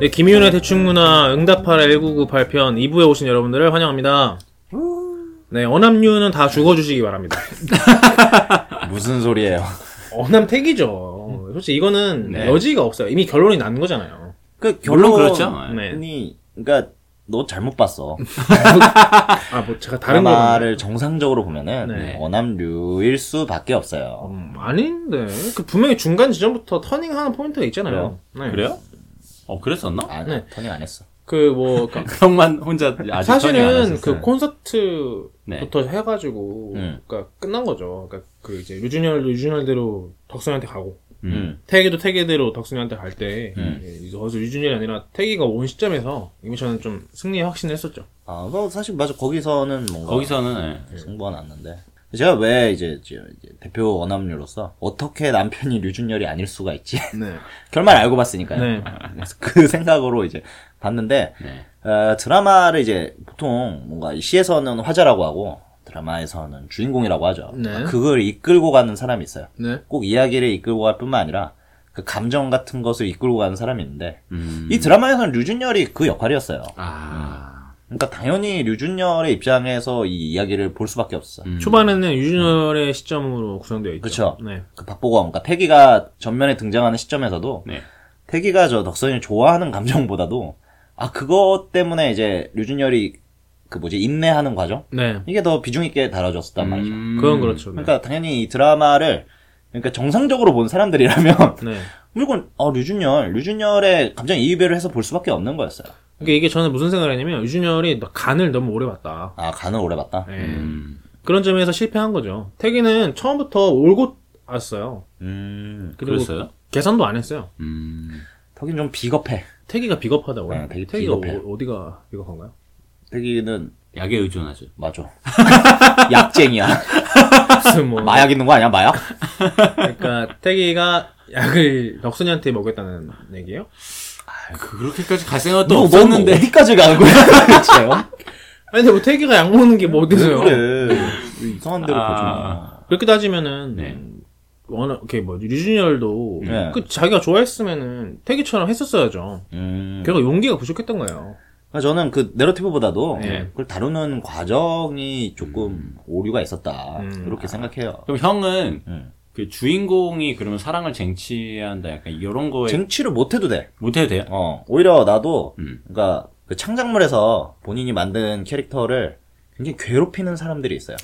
네, 김희윤의 대충문화 응답하라 1998 발편 2부에 오신 여러분들을 환영합니다. 네, 어남류는 다 죽어주시기 바랍니다. 무슨 소리예요? 어남택이죠. 솔직히 이거는 네. 여지가 없어요. 이미 결론이 난 거잖아요. 그 물론 결론- 그렇죠. 네. 아니, 그러니까 너 잘못 봤어. 아, 뭐 제가 그 다른 거. 드라마를 정상적으로 보면은 네. 어남류일 수밖에 없어요. 음, 아닌데. 그 분명히 중간 지점부터 터닝하는 포인트가 있잖아요. 네. 그래요? 어 그랬었나? 안, 네. 터닝 아, 안 했어. 그 뭐, 그러니까 형만 혼자 아직 선택 안 사실은 하셨어요. 그 콘서트부터 네. 해가지고, 음. 그러니까 끝난 거죠. 그러니까 그 이제 유준열도 유준열대로 덕선이한테 가고, 음. 태기도 태기대로 덕순이한테 갈 때, 음. 예, 이제 거기서 유준열이 아니라 태기가 온 시점에서 이미 저는 좀 승리에 확신을 했었죠. 아, 그 사실 맞아. 거기서는 뭔가 거기서는 예. 승부가 났는데. 제가 왜 이제, 저 이제 대표 어남류로서 어떻게 남편이 류준열이 아닐 수가 있지? 네. 결말 알고 봤으니까요. 네. 그래서 그 생각으로 이제 봤는데 네. 어, 드라마를 이제 보통 뭔가 시에서는 화자라고 하고 드라마에서는 주인공이라고 하죠. 아, 네. 그걸 이끌고 가는 사람이 있어요. 네. 꼭 이야기를 이끌고 갈 뿐만 아니라 그 감정 같은 것을 이끌고 가는 사람이 있는데 음. 이 드라마에서는 류준열이 그 역할이었어요. 아. 그러니까 당연히 류준열의 입장에서 이 이야기를 볼 수밖에 없었어요. 음. 초반에는 유준열의 시점으로 구성되어 있죠. 그쵸. 네. 그 박보검, 그러니까 태기가 전면에 등장하는 시점에서도 네. 태기가 저 덕선이를 좋아하는 감정보다도 아 그것 때문에 이제 류준열이 그 뭐지 인내하는 과정 네. 이게 더 비중 있게 다뤄졌단 말이죠. 음. 그건 그렇죠. 네. 그러니까 당연히 이 드라마를 그러니까 정상적으로 본 사람들이라면 네. 물론 어 류준열 류준열의 감정 이입을 해서 볼 수밖에 없는 거였어요. 그러니까 이게 저는 무슨 생각을 했냐면, 유준열이 간을 너무 오래 봤다. 아 간을 오래 봤다. 네. 음. 그런 점에서 실패한 거죠. 태기는 처음부터 올고 왔어요. 음 그리고 그랬어요? 계산도 안 했어요. 음. 덕인 좀 비겁해. 태기가 비겁하다고. 네, 되게 태기가 비겁해요. 어, 디가 비겁한가요? 덕이는 약에 의존하죠. 맞아. 약쟁이야. 무슨 뭐. 마약 있는 거 아니야 마약? 그러니까 태기가 약을 덕순이한테 먹였다는 얘기예요? 그- 그렇게까지 갈 생각도 너 너는 없었는데. 뭐, 어디까지 가는 거야? 그렇죠. 아니 근데 뭐 태기가 약 먹는 게 뭐 어때서요? 그래. 이상한 데로 아. 보지 그렇게 따지면은 네. 워낙 이렇게 뭐 류준열도 네. 그 자기가 좋아했으면은 태기처럼 했었어야죠. 마. 음. 걔가 용기가 부족했던 거예요. 그러니까 저는 그 내러티브보다도 네. 그걸 다루는 과정이 조금 오류가 있었다. 음. 이렇게 생각해요. 그럼 형은 음. 그 주인공이 그러면 사랑을 쟁취한다 약간 이런 거에 쟁취를 못해도 돼. 못해도 돼요? 어, 오히려 나도, 음. 그니까, 그 창작물에서 본인이 만든 캐릭터를 굉장히 괴롭히는 사람들이 있어요.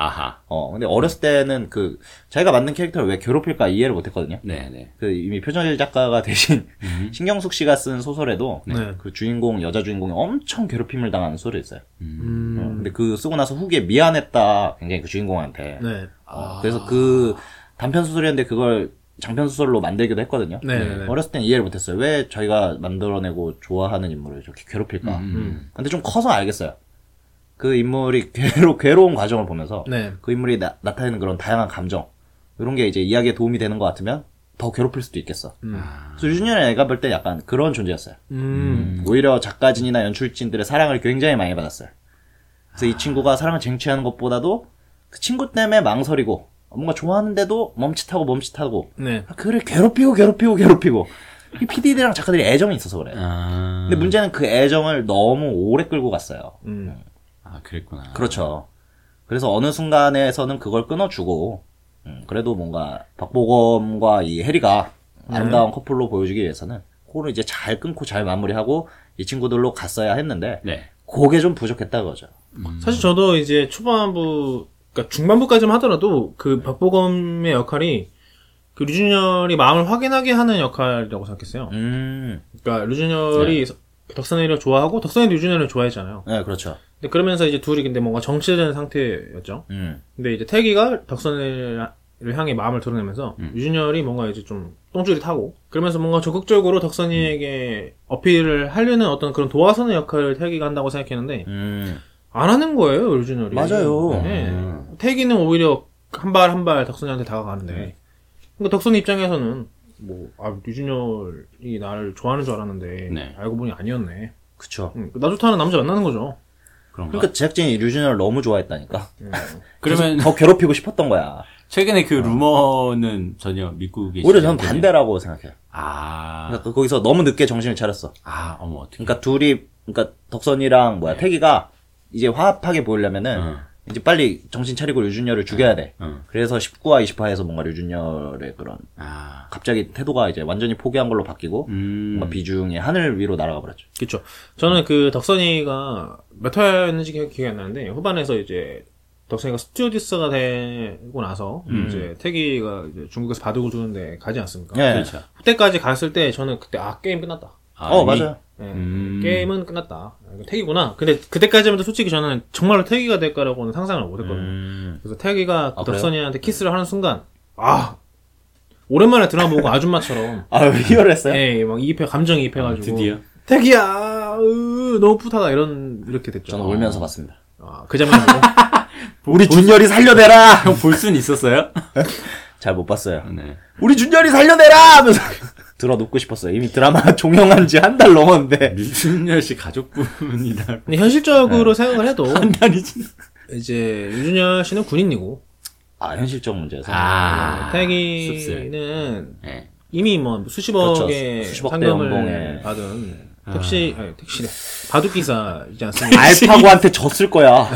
아하. 어, 근데 어렸을 때는 그, 자기가 만든 캐릭터를 왜 괴롭힐까 이해를 못했거든요. 네네. 그 이미 표정일 작가가 대신 음. 신경숙 씨가 쓴 소설에도 네. 그 주인공, 여자 주인공이 엄청 괴롭힘을 당하는 소설이 있어요. 어, 음. 근데 그 쓰고 나서 후기에 미안했다. 굉장히 그 주인공한테. 네. 아. 어, 그래서 그 단편 소설이었는데 그걸 장편 소설로 만들기도 했거든요. 네. 네. 네. 어렸을 땐 이해를 못했어요. 왜 저희가 만들어내고 좋아하는 인물을 저렇게 괴롭힐까. 음. 근데 좀 커서 알겠어요. 그 인물이 괴로, 괴로운 과정을 보면서 네. 그 인물이 나, 타내는 그런 다양한 감정 이런 게 이제 이야기에 도움이 되는 것 같으면 더 괴롭힐 수도 있겠어. 음. 그래서 유준열의 애가 볼 때 약간 그런 존재였어요. 음. 오히려 작가진이나 연출진들의 사랑을 굉장히 많이 받았어요. 그래서 이 친구가 사랑을 쟁취하는 것보다도 그 친구 때문에 망설이고 뭔가 좋아하는데도 멈칫하고 멈칫하고 네. 그를 괴롭히고 괴롭히고 괴롭히고 이 PD들이랑 작가들이 애정이 있어서 그래. 요 아. 근데 문제는 그 애정을 너무 오래 끌고 갔어요. 음. 아, 그랬구나. 그렇죠. 그래서 어느 순간에서는 그걸 끊어주고 음, 그래도 뭔가 박보검과 이 해리가 네. 아름다운 커플로 보여주기 위해서는 그걸 이제 잘 끊고 잘 마무리하고 이 친구들로 갔어야 했는데 네. 그게 좀 부족했다 그거죠. 음. 사실 저도 이제 초반부, 그러니까 중반부까지만 하더라도 그 박보검의 역할이 그 류준열이 마음을 확인하게 하는 역할이라고 생각했어요. 음, 그러니까 류준열이 덕선이를 좋아하고 덕선이도 류준열을 좋아했잖아요. 네 그렇죠. 근데 그러면서 이제 둘이 근데 뭔가 정치된 상태였죠. 음, 근데 이제 태기가 덕선이를 향해 마음을 드러내면서 유준열이 뭔가 이제 좀 똥줄이 타고 그러면서 뭔가 적극적으로 덕선이에게 어필을 하려는 어떤 그런 도와서는 역할을 태기가 한다고 생각했는데 음, 안 하는 거예요 유준열이. 뭐. 맞아요. 음. 네. 음. 태기는 오히려 한 발 한 발 덕선이한테 다가가는데 네. 그러니까 덕선이 입장에서는 뭐 아, 유준열이 나를 좋아하는 줄 알았는데 네. 알고 보니 아니었네. 그쵸. 음, 나 좋다는 남자 만나는 거죠. 그런가? 그러니까 제작진이 류준열을 너무 좋아했다니까. 음, 그러면 더 괴롭히고 싶었던 거야. 최근에 그 루머는 전혀 믿고 계시죠? 오히려 저는 반대라고 생각해요. 아, 아, 그러니까 거기서 너무 늦게 정신을 차렸어. 아, 어머, 어떻게. 그러니까 둘이 그러니까 덕선이랑 네. 뭐야 태기가 이제 화합하게 보이려면은 응. 이제 빨리 정신 차리고 류준열을 네. 죽여야 돼. 응. 그래서 19화 20화에서 뭔가 류준열의 그런 아, 갑자기 태도가 이제 완전히 포기한 걸로 바뀌고 음, 뭔가 비중이 하늘 위로 날아가 버렸죠. 그쵸. 저는 그 덕선이가 몇 화였는지 기- 기억이 안 나는데, 후반에서 이제, 덕선이가 스튜어디스가 되고 나서, 음. 이제, 태기가 이제 중국에서 바둑을 두는데 가지 않습니까? 예. 그렇죠. 그때까지 갔을 때, 저는 그때, 아, 게임 끝났다. 아, 어 이미- 맞아요. 예. 음. 게임은 끝났다. 아, 이거 태기구나. 근데 그때까지만 해도 솔직히 저는 정말로 태기가 될 거라고는 상상을 못 했거든요. 음. 네. 그래서 태기가 그 아, 그래요? 덕선이한테 키스를 하는 순간, 아! 오랜만에 드라마 보고 아줌마처럼, 아 리얼했어요? 네. 에이, 막 이입해, 감정이 입해가지고. 드디어. 태기야, 으, 너무 풋하다. 이런, 이렇게 됐죠. 저는 울면서 봤습니다. 어. 아, 그 장면 보고? 우리 준열이 살려내라. 형 볼 순 있었어요? 잘 못 봤어요. 네. 우리 준열이 살려내라 하면서 들어 눕고 싶었어요. 이미 드라마 종영한 지 한 달 넘었는데 류준열 씨 가족분이다. 근데 현실적으로 생각을 해도, 네. 한 달이 지나. 이제, 유준열 씨는 군인이고, 아 네, 현실적 문제에서 아, 씁쓸. 태기는 네. 이미 뭐 수십억의 그렇죠. 수십억대 상금을 연봉에. 받은 택시, 아니, 택시래. 바둑기사이지 않습니까? 알파고한테 졌을 거야.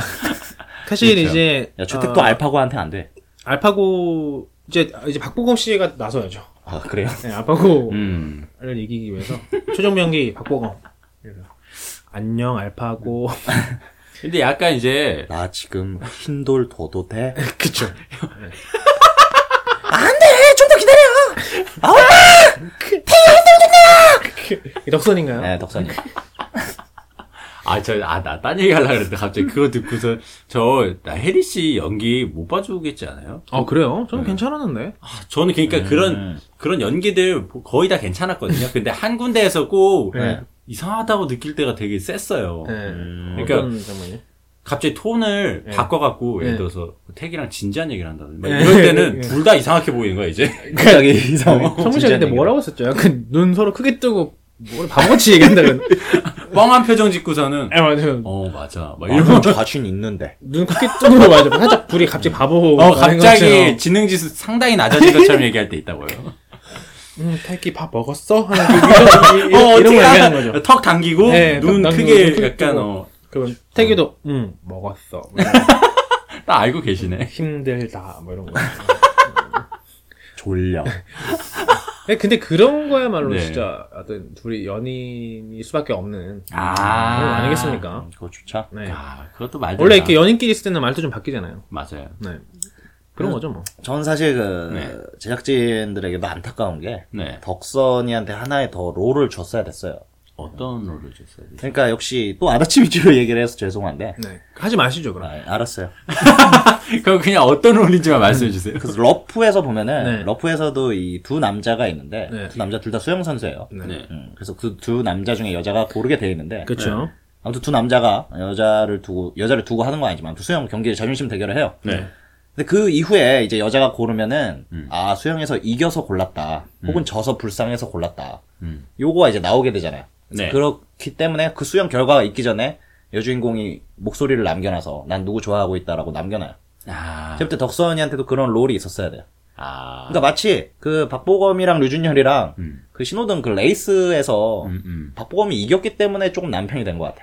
사실 이제, 야 주택도 어, 알파고한테 안 돼. 알파고, 이제, 이제 박보검 씨가 나서야죠. 아 그래요? 네, 알파고를 음. 이기기 위해서. 최종병기 박보검. 그래서 안녕, 알파고. 근데 약간 이제, 나 지금 흰돌 둬도 돼? 그쵸. 안돼 좀 더 기다려. 덕선인가요? 음. 네 덕선이. 아, 저, 아, 나 딴 얘기 하려고 그랬는데, 갑자기 그거 듣고서, 저, 나 혜리 씨 연기 못 봐주겠지 않아요? 아, 그래요? 저는 괜찮았는데. 아, 저는 그러니까 음. 음. 그런, 그런 연기들 거의 다 괜찮았거든요. 근데 한 군데에서 꼭, 네. 이상하다고 느낄 때가 되게 셌어요. 네. 그러니까- 어떤 장면이요? 갑자기 톤을 네. 바꿔갖고, 네. 예를 들어서, 태기랑 진지한 얘기를 한다든지, 네. 이럴 때는 네. 둘 다 이상하게 보이는 거야, 이제. 갑자기 이상. 성민씨 근데 뭐라고 했었죠? 약간 눈 서로 크게 뜨고 뭐 바보같이 얘기한다 그랬나? 뻥한 표정 짓고서는, 아 맞아요. 어, 맞아. 막 이러고. 이런 자신 있는데. 눈 크게 뜨고 맞아. 살짝 둘이 갑자기 바보. 어, 하는 갑자기 것처럼. 지능지수 상당히 낮아진 것처럼 얘기할 때 있다고요. 음, 태기 밥 먹었어? 하는 그 이런, 이런, 이런 거 얘기하는 거죠. 어, 턱 당기고, 네, 턱 눈 당기고, 눈 크게 크게 약간, 뜨고. 어, 그럼 태기도 음 먹었어. 딱 알고 계시네. 힘들다 뭐 이런 거. 졸려. 네, 근데 그런 거야말로 네. 진짜 어떤 둘이 연인일 수밖에 없는 아. 그런 거 아니겠습니까? 음, 그거 좋죠. 네. 아, 그것도 말이 원래 이렇게 연인끼리 있을 때는 말도 좀 바뀌잖아요. 맞아요. 네. 그런 거죠 뭐. 전 사실 그 네. 제작진들에게도 안타까운 게 네. 덕선이한테 하나의 더 롤을 줬어야 됐어요. 어떤 롤을 줬어야 되지? 그러니까 역시 또 아다치 위주로 얘기를 해서 죄송한데 네. 하지 마시죠 그럼. 아, 알았어요. 그럼 그냥 어떤 롤인지만 말씀해 주세요. 그래서 러프에서 보면은 네. 러프에서도 이 두 남자가 있는데 네. 두 남자 둘 다 수영 선수예요. 네. 음, 그래서 그 두 남자 중에 여자가 고르게 돼 있는데 그렇죠. 아무튼 두 남자가 여자를 두고 여자를 두고 하는 건 아니지만 수영 경기에 자존심 대결을 해요. 네. 음. 근데 그 이후에 이제 여자가 고르면은 아 수영에서 이겨서 골랐다 혹은 져서 불쌍해서 골랐다 음. 요거가 이제 나오게 되잖아요. 네. 그렇기 때문에 그 수영 결과가 있기 전에 여주인공이 목소리를 남겨놔서 난 누구 좋아하고 있다라고 남겨놔요. 아. 그때 더덕선이한테도 그런 롤이 있었어야 돼요. 아. 그러니까 마치 그 박보검이랑 류준열이랑 음. 그 신호등 그 레이스에서 음, 음. 박보검이 이겼기 때문에 조금 남편이 된 것 같아.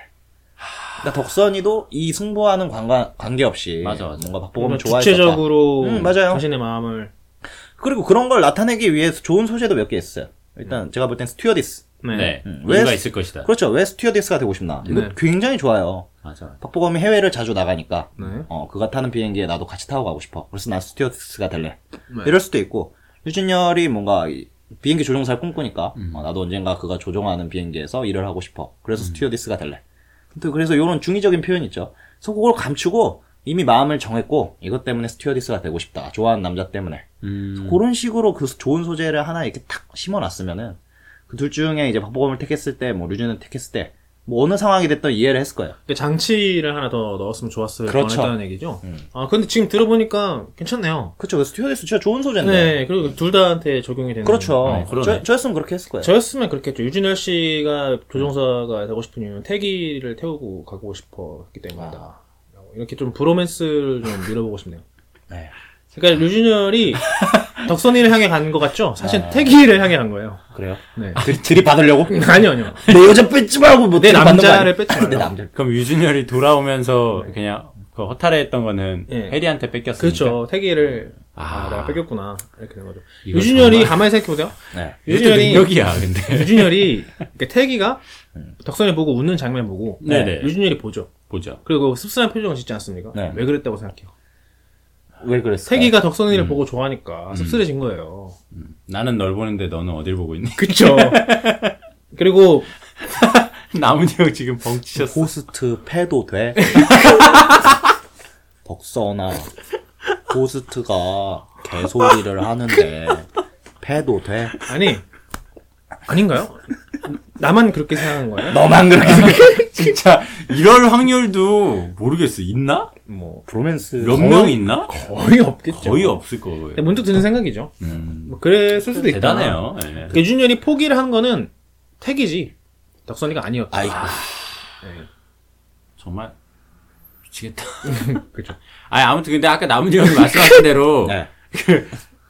그러니까 덕선이도 이 승부하는 관과, 관계없이 맞아, 맞아. 뭔가 뭔가 박보검을 좋아했었다. 주체적으로 음, 맞아요. 자신의 마음을 그리고 그런 걸 나타내기 위해서 좋은 소재도 몇 개 있어요. 일단 제가 볼 땐 스튜어디스. 네. 네. 음. 이유가 왜- 있을 것이다. 그렇죠. 왜 스튜어디스가 되고 싶나? 이거 네. 굉장히 좋아요. 맞아. 박보검이 해외를 자주 나가니까 네. 어 그가 타는 비행기에 나도 같이 타고 가고 싶어. 그래서 나 스튜어디스가 될래. 네. 이럴 수도 있고 유준열이 뭔가 이 비행기 조종사를 꿈꾸니까 어, 나도 언젠가 그가 조종하는 비행기에서 일을 하고 싶어. 그래서 스튜어디스가 될래. 또 그래서 이런 중의적인 표현 있죠. 그래서 그걸 감추고 이미 마음을 정했고 이것 때문에 스튜어디스가 되고 싶다. 좋아하는 남자 때문에 음. 그런 식으로 그 좋은 소재를 하나 이렇게 탁 심어놨으면은 그 둘 중에 이제 박보검을 택했을 때 뭐 류준을 택했을 때 뭐 어느 상황이 됐든 이해를 했을 거예요. 그러니까 장치를 하나 더 넣었으면 좋았을 그렇죠. 뻔했다는 얘기죠. 아 근데 지금 들어보니까 괜찮네요. 그렇죠. 그 스튜어디스 진짜 좋은 소재인데. 네. 그리고 둘 다한테 적용이 되는. 그렇죠. 아, 그러네. 저, 저였으면 그렇게 했을 거예요. 음. 저였으면 그렇겠죠. 유진열 씨가 조종사가 되고 싶은 이유는 태기를 태우고 가고 싶었기 아. 때문이다. 이렇게 좀 브로맨스를 좀 밀어보고 싶네요. 네. 그러니까 류준열이 덕선이를 향해 간 것 같죠? 사실 네. 태기를 향해 간 거예요. 그래요? 네. 들- 들이 받으려고? 아니요, 아니요. 내 여자 뺏지 네, 말고 뭐 내 들이 받는 거 남자를 아니야? 뺏지 말라고. 내 남자. 네. 그럼 유준열이 돌아오면서 그냥 그 허탈해했던 거는 예. 해리한테 뺏겼으니까. 그렇죠. 태기를 아, 그러니까. 아. 내가 뺏겼구나 이렇게 된 거죠. 이거 유준열이 정말- 가만히 생각해보세요. 네. 이것도 유준열이 능력이야, 근데. 유준열이 그러니까 태기가 덕선이 보고 웃는 장면 보고 네, 네. 유준열이 보죠. 보죠. 그리고 씁쓸한 표정을 짓지 않습니까? 네. 왜 그랬다고 생각해요? 왜 그랬어? 네. 태기가 음. 덕선이를 보고 좋아하니까 씁쓸해진 거예요. 나는 널 보는데 너는 어딜 보고 있니? 그쵸. 그리고 나문이 형 지금 벙치셨어. 호스트 패도 돼? 덕선아, 호스트가 개소리를 하는데 패도 돼? 아니 아닌가요? 나만 그렇게 생각한 거예요? 너만 그렇게 생각해? 진짜 이럴 확률도 모르겠어. 있나? 뭐 브로맨스 몇 명 있나? 거의 없겠죠. 거의 없을 거예요. 근데 문득 드는 생각이죠. 음, 뭐 그랬을 수도 있다. 대단해요. 예. 그러니까 유준열이 포기를 한 거는 태기지 덕선이가 아니었다. 아이고 정말 미치겠다. 그죠. 아니 아무튼 근데 아까 나문이 형이 말씀하신 대로 네.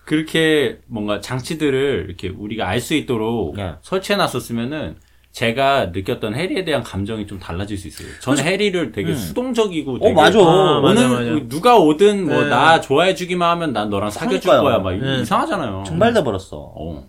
그렇게 뭔가 장치들을 이렇게 우리가 알 수 있도록 네. 설치해 놨었으면은 제가 느꼈던 해리에 대한 감정이 좀 달라질 수 있어요. 저는 해리를 되게 음. 수동적이고 어 되게 맞아 아, 맞아. 오늘 누가 오든 네. 뭐 나 좋아해 주기만 하면 난 너랑 사귀어 줄 거야 그러니까요. 막 이- 네. 이상하잖아요. 정말 다 버렸어 어.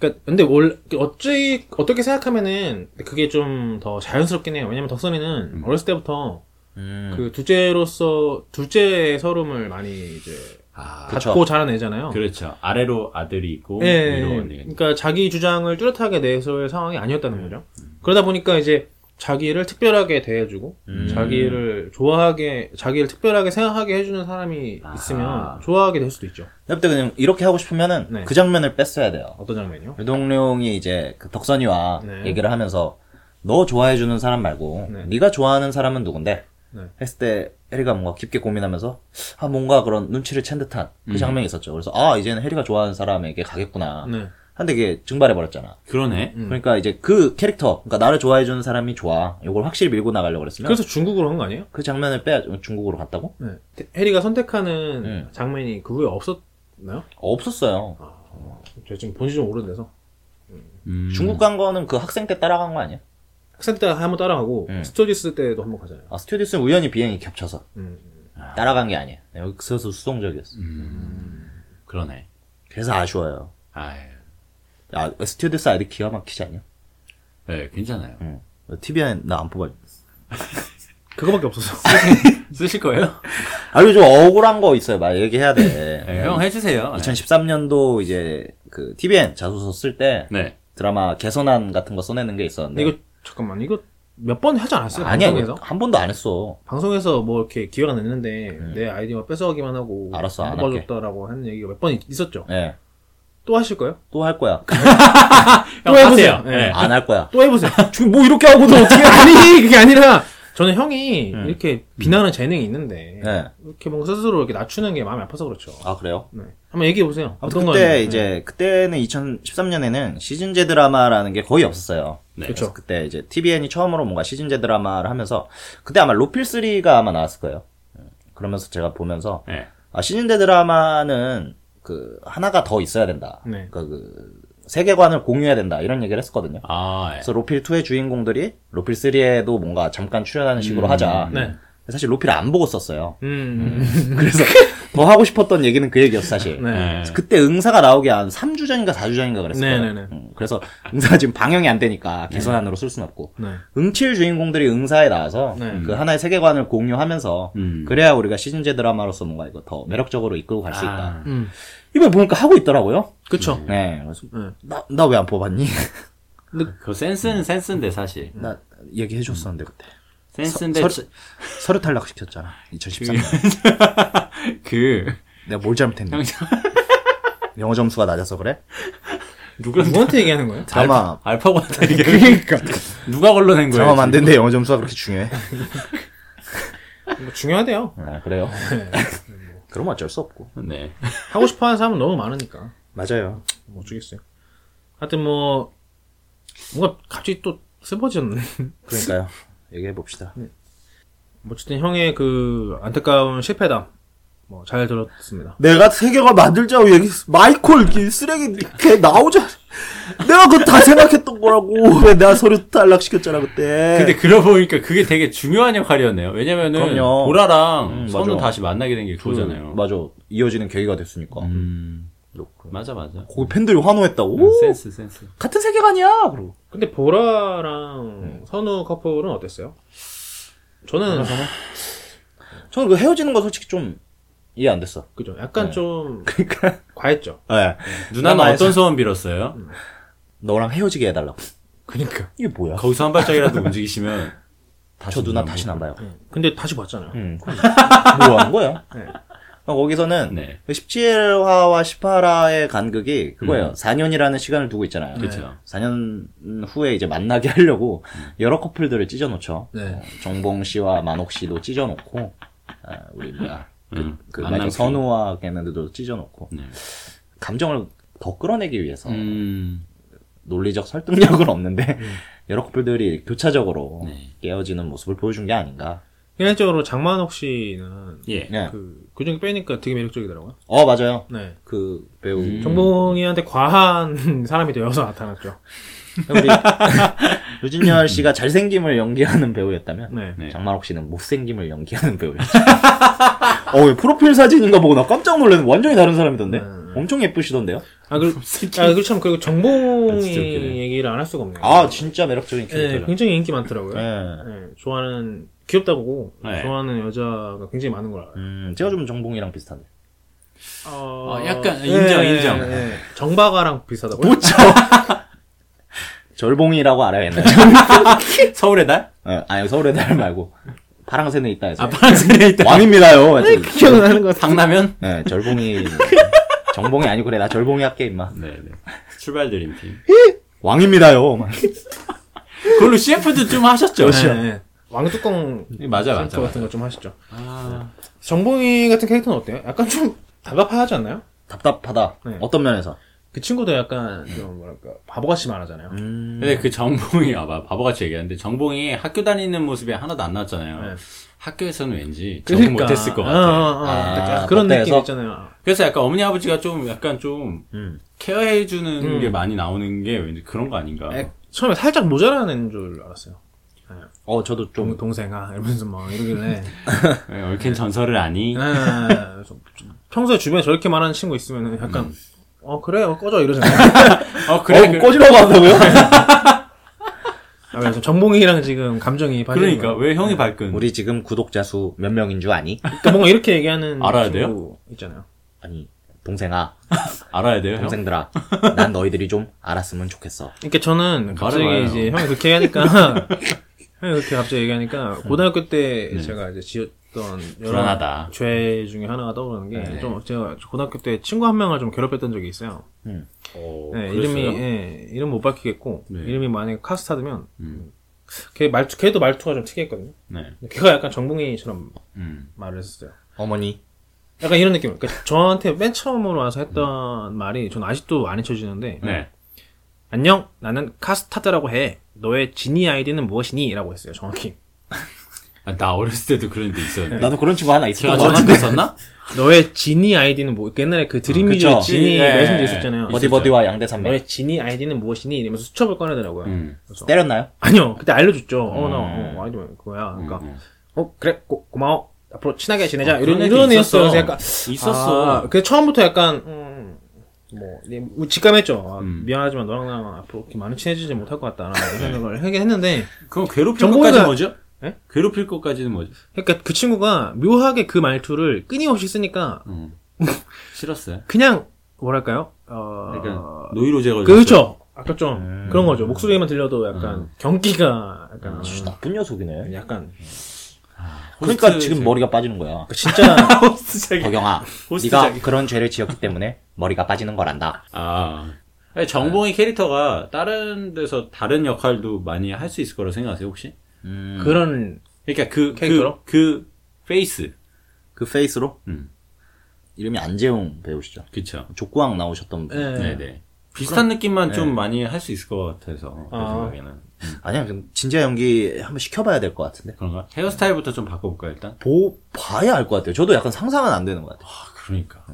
그러니까 근데 원래 어찌 어떻게 생각하면은 그게 좀 더 자연스럽긴 해요. 왜냐면 덕선이는 음. 어렸을 때부터 음, 그 둘째로서 둘째의 서름을 많이 이제 아, 그쵸. 갖고 자란 애잖아요. 그렇죠. 아래로 아들이 있고 네. 예, 위로 예. 언니가 있고. 그러니까 자기 주장을 뚜렷하게 내세울 상황이 아니었다는 거죠. 그러다 보니까 이제 자기를 특별하게 대해주고 음. 자기를 좋아하게 자기를 특별하게 생각하게 해주는 사람이 아하. 있으면 좋아하게 될 수도 있죠. 그때 그냥 이렇게 하고 싶으면은 네. 그 장면을 뺐어야 돼요 어떤 장면이요? 유동룡이 이제 그 덕선이와 네. 얘기를 하면서 너 좋아해주는 사람 말고 네. 네. 가 좋아하는 사람은 누군데 네. 했을 때 해리가 뭔가 깊게 고민하면서 아 뭔가 그런 눈치를 챈 듯한 그 음. 장면이 있었죠 그래서 아 이제는 해리가 좋아하는 사람에게 가겠구나 네. 한데 이게 증발해버렸잖아 그러네. 음. 그러니까 이제 그 캐릭터 그러니까 나를 좋아해주는 사람이 좋아 이걸 확실히 밀고 나가려고 그랬으면 그래서 중국으로 한 거 아니에요? 그 장면을 빼야 중국으로 갔다고? 네. 해리가 선택하는 음. 장면이 그 후에 없었나요? 없었어요 아, 제가 지금 본지 좀 오래돼서 음. 중국 간 거는 그 학생 때 따라간 거 아니야? 학생 때 한번 따라가고 음. 스튜디스 때도 한번 가잖아요. 아, 스튜디스는 우연히 비행이 겹쳐서 음. 따라간 게 아니야. 네, 여기서 수동적이었어. 음. 그러네. 그래서 아쉬워요. 아유. 야, 스튜디스 아이디 기가 막히지 않냐? 네, 괜찮아요. 응. TVN 나 안 뽑아. 그거밖에 없어서. 쓰실 거예요? 아, 그리고 좀 억울한 거 있어요. 막 얘기해야 돼. 네, 형 해주세요. 2013년도 이제 그 TVN 자소서 쓸 때 네. 드라마 개선안 같은 거 써내는 게 있었는데. 근데 네. 이거 잠깐만 이거 몇 번 하지 않았어요? 아니야. 방송에서? 이거 한 번도 안 했어. 방송에서 뭐 이렇게 기회가 냈는데 내 아이디어 뺏어가기만 하고 알았어, 안 할게. 바꿔줬다라고 하는 얘기가 몇 번 있었죠. 예. 또 하실 거예요? 또 할 거야. 또 해보세요. 네. 안 할 거야. 또 해보세요. 지금 뭐 이렇게 하고도 어떻게 아니 그게 아니라 저는 형이 음. 이렇게 비난하는 재능이 있는데 예. 이렇게 뭔가 스스로 이렇게 낮추는 게 마음이 아파서 그렇죠. 아, 그래요? 네. 한번 얘기해 보세요. 네. 아무튼 그때 이제 그때는 2013년에는 시즌제 드라마라는 게 거의 없었어요. 네. 그쵸. 그때 이제 TVN이 처음으로 뭔가 시즌제 드라마를 하면서 그때 아마 로필 3가 아마 나왔을 거예요. 음, 그러면서 제가 보면서 네. 아 시즌제 드라마는 그 하나가 더 있어야 된다. 네. 그러니까 그 세계관을 공유해야 된다 이런 얘기를 했었거든요. 아, 예. 그래서 로필 2의 주인공들이 로필 3에도 뭔가 잠깐 출연하는 식으로 하자. 네. 사실 로필을 안 보고 썼어요. 음. 그래서 더 하고 싶었던 얘기는 그 얘기였어 사실. 네. 네. 그때 응사가 나오기 한 3주 전인가 4주 전인가 그랬어요. 음, 네네네. 그래서 응사가 지금 방영이 안 되니까 개선안으로 쓸 수는 없고. 네. 응칠 주인공들이 응사에 나와서 네. 그 하나의 세계관을 공유하면서 음. 그래야 우리가 시즌제 드라마로서 뭔가 이거 더 매력적으로 이끌고 갈 수 아. 있다. 음. 이걸 보니까 하고 있더라고요. 그쵸. 네. 그래서 네. 나, 나 왜 안 뽑았니? 그 센스는 센스인데 사실. 나 얘기해줬었는데 그때. 센스인데 음. 서- 저- 서류 탈락시켰잖아. 2013년. 그 내가 뭘 잘못했니? 영어 점수가 낮아서 그래? 누구랑 누구한테 얘기하는 거예요? 드라마. 알파고 다르게 그러니까 누가 걸러낸 거예요? 드라마 만드는데 영어 점수가 그렇게 중요해? 뭐 중요하대요. 아, 그래요? 그럼 어쩔 수 없고. 지금? 네. 하고 싶어 하는 사람은 너무 많으니까. 맞아요. 뭐 어쩌겠어요. 하여튼 뭐, 뭔가 갑자기 또 슬퍼졌네. 그러니까요. 얘기해 봅시다. 뭐 어쨌든 형의 그 안타까운 실패담. 뭐 잘 들었습니다. 내가 세계관 만들자고 얘기 마이콜 이 쓰레기 걔 나오자 내가 그거 다 생각했던 거라고 왜 내가 서류 탈락시켰잖아 그때 음, 근데 그러고 보니까 그게 되게 중요한 역할이었네요. 왜냐면은 그럼요. 보라랑 음, 선우 맞아. 다시 만나게 된 게 그거잖아요. 맞아. 이어지는 계기가 됐으니까. 음. 맞아 맞아. 음, 거기 팬들이 환호했다고. 오! 센스 센스. 같은 세계관이야. 그러고. 근데 음. 보라랑 선우 커플은 어땠어요? 저는 저는 그 헤어지는 거 솔직히 좀 이해 안 됐어. 그죠. 약간 네. 좀 그러니까. 과했죠. 예. 누나는 나만 음. 어떤 소원 빌었어요? 너랑 헤어지게 해달라고. 그니까. 이게 뭐야? 거기서 한 발짝이라도 움직이시면 저 누나 다시는 안 봐요. 네. 근데 다시 봤잖아요. 음. 뭐 하는 거야? 네. 어, 거기서는 네. 17화와 18화의 간극이 음. 그거예요. 4년이라는 시간을 두고 있잖아요. 그렇죠. 4년 후에 이제 만나게 하려고 음. 여러 커플들을 찢어놓죠. 네. 어, 정봉 씨와 만옥 씨도 찢어놓고, 아, 우리 뭐야. 음, 그 만남 마이클 선우와 걔네들도 찢어놓고. 네. 감정을 더 끌어내기 위해서 음. 논리적 설득력은 없는데 여러 커플들이 교차적으로 네. 깨어지는 모습을 보여준 게 아닌가. 개인적으로 장만옥 씨는 예. 예. 그 교정 빼니까 되게 매력적이더라고요. 어 맞아요. 네. 그 배우 음. 정봉이한테 과한 사람이 되어서 나타났죠. 네. 우리 유진열 씨가 잘생김을 연기하는 배우였다면 네. 네. 장만옥 씨는 못생김을 연기하는 배우였죠. 어, 프로필 사진인가 보고 나 깜짝 놀랐는 데 완전히 다른 사람이던데. 음. 엄청 예쁘시던데요. 아, 그리고, 새끼. 아, 그리고 참, 그리고 아, 정봉이 진짜 웃기네. 얘기를 안 할 수가 없네요. 아 진짜 매력적인 네, 캐릭터죠. 굉장히 인기 많더라고요. 네. 예. 좋아하는, 귀엽다고, 네. 좋아하는 여자가 굉장히 많은 걸 알아요. 음, 제가 좀 정봉이랑 비슷한데. 어, 어, 약간 인정, 인정. 네, 정바가랑 비슷하다고요? 절봉이라고 알아야 했나요? 서울의 달? 어, 아니 서울의 달 말고 파랑새는 있다 해서 아, 네. 파란색에 있다. 왕입니다요. 하여튼. 기억나는 거 상라면? 네, 절봉이 정봉이 아니고 그래 나 절봉이 할게 임마. 네, 네. 출발 드림팀. 왕입니다요. 막. 그걸로 CF도 좀 하셨죠? 네, 그렇죠. 네. 왕뚜껑 네, 맞아, 맞아. 캐릭터 맞아. 같은 거 좀 하시죠. 아, 정봉이 같은 캐릭터는 어때요? 약간 좀 답답하지 않나요? 답답하다. 네. 어떤 면에서? 그 친구도 약간 좀 뭐랄까 바보같이 말하잖아요. 음, 근데 그 정봉이, 아, 봐, 바보같이 얘기하는데, 정봉이 학교 다니는 모습이 하나도 안 나왔잖아요. 네. 학교에서는 왠지 적응 못했을 것 같아. 요 그러니까 어, 어, 어. 아, 약간 그런 느낌 그때에서? 있잖아요. 그래서 약간 어머니 아버지가 좀, 약간 좀, 음. 케어해주는 게 많이 나오는 게 왠지 그런 거 아닌가. 음. 에, 처음에 살짝 모자라는 줄 알았어요. 뭐 어 저도 음. 동, 좀 동생아 이러면서 막 이러길래 에, 네, 얽힌 전설을 아니. 아, 그래서 좀 평소에 주변에 저렇게 말하는 친구 있으면 약간 음. 어 그래 어, 꺼져 이러잖아요. 어, 그래. 어, 그, 꺼지라고 한다고요? 아, 그래서 정봉이랑 지금 감정이 그러니까, 왜 형이 발끈. 우리 지금 구독자 수 몇 명인 줄 아니? 그러니까 뭔가 이렇게 얘기하는 알아야 돼요? 친구 있잖아요. 아니 동생아, 알아야 돼요, 형? 동생들아, 난 너희들이 좀 알았으면 좋겠어. 그러니까 저는 갑자기 말해봐요. 이제 형이 그렇게 얘기하니까 형이 그렇게 갑자기 얘기하니까 고등학교 때 제가 이제 지었던 여러 음. 불안하다. 죄 중에 하나가 떠오르는 게 네. 좀 제가 고등학교 때 친구 한 명을 좀 괴롭혔던 적이 있어요. 어, 네, 그랬어요? 이름이 예, 이름 못 밝히겠고 네. 이름이 만약에 카스타드면 음. 걔 말투 걔도 말투가 좀 특이했거든요. 네. 근데 걔가 약간 정봉이처럼 음. 말을 했었어요. 어머니. 약간 이런 느낌. 그러니까 저한테 맨 처음으로 와서 했던 말이 전 아직도 안 잊혀지는데 네. 안녕, 나는 카스타드라고 해. 너의 지니 아이디는 무엇이니? 라고 했어요, 정확히. 아, 나 어렸을 때도 그런 데 있었는데. 나도 그런 친구 하나 제가 있었던 것 전화도 같은데. 있었나? 너의 지니 아이디는 뭐, 옛날에 그 음, 드림이즈 의 그쵸. 지니 예, 레슨도 예, 있었잖아요. 예. 버디 버디와 양대 산맥 너의 지니 아이디는 무엇이니? 이러면서 수첩을 꺼내더라고요. 음. 그래서, 때렸나요? 아니요, 그때 알려줬죠. 어, 나, 어, 아이디 그거야. 그러니까, 음, 음. 어, 그래, 고, 고마워. 앞으로 친하게 지내자. 어, 이런, 그런 애도 이런 애였어요. 있었어. 그래서 약간, 있었어. 아, 그래서 처음부터 약간, 음, 뭐, 네, 우- 직감했죠. 아, 음. 네. 미안하지만 너랑 나랑 앞으로 이렇게 많이 친해지지 못할 것 같다. 라는 생각을 하긴 했는데, 그럼 괴롭힐 정보가- 것까지 뭐죠? 예? 괴롭힐 것까지는 뭐죠? 그러니까 그 친구가 묘하게 그 말투를 끊임없이 쓰니까 음. 싫었어요. 그냥 뭐랄까요? 어 그러니까 노이로 제거. 그렇죠. 아까 좀 그런 거죠. 목소리만 들려도 약간 경기가 약간 아주 나쁜 녀석이네. 약간 그러니까 지금 머리가 빠지는 거야. 진짜 호스트 자기. 덕영아, 호스트 네가 자기. 그런 죄를 지었기 때문에 머리가 빠지는 거란다. 아. 아니, 정봉이 캐릭터가 다른 데서 다른 역할도 많이 할 수 있을 거라 생각하세요 혹시? 음, 그런 그러니까 그 캐릭터로? 그, 그 페이스. 그 페이스로 음. 이름이 안재웅 배우시죠. 그쵸. 네, 족구왕 나오셨던 분. 예. 네네. 비슷한 느낌만 좀 많이 할 수 있을 것 같아서 제 네. 아. 생각에는. 음. 아니야, 좀 진지한 연기 한번 시켜봐야 될 것 같은데. 그런가? 헤어스타일부터 좀 바꿔볼까 일단? 보, 봐야 알 것 같아요. 저도 약간 상상은 안 되는 것 같아요. 아 그러니까.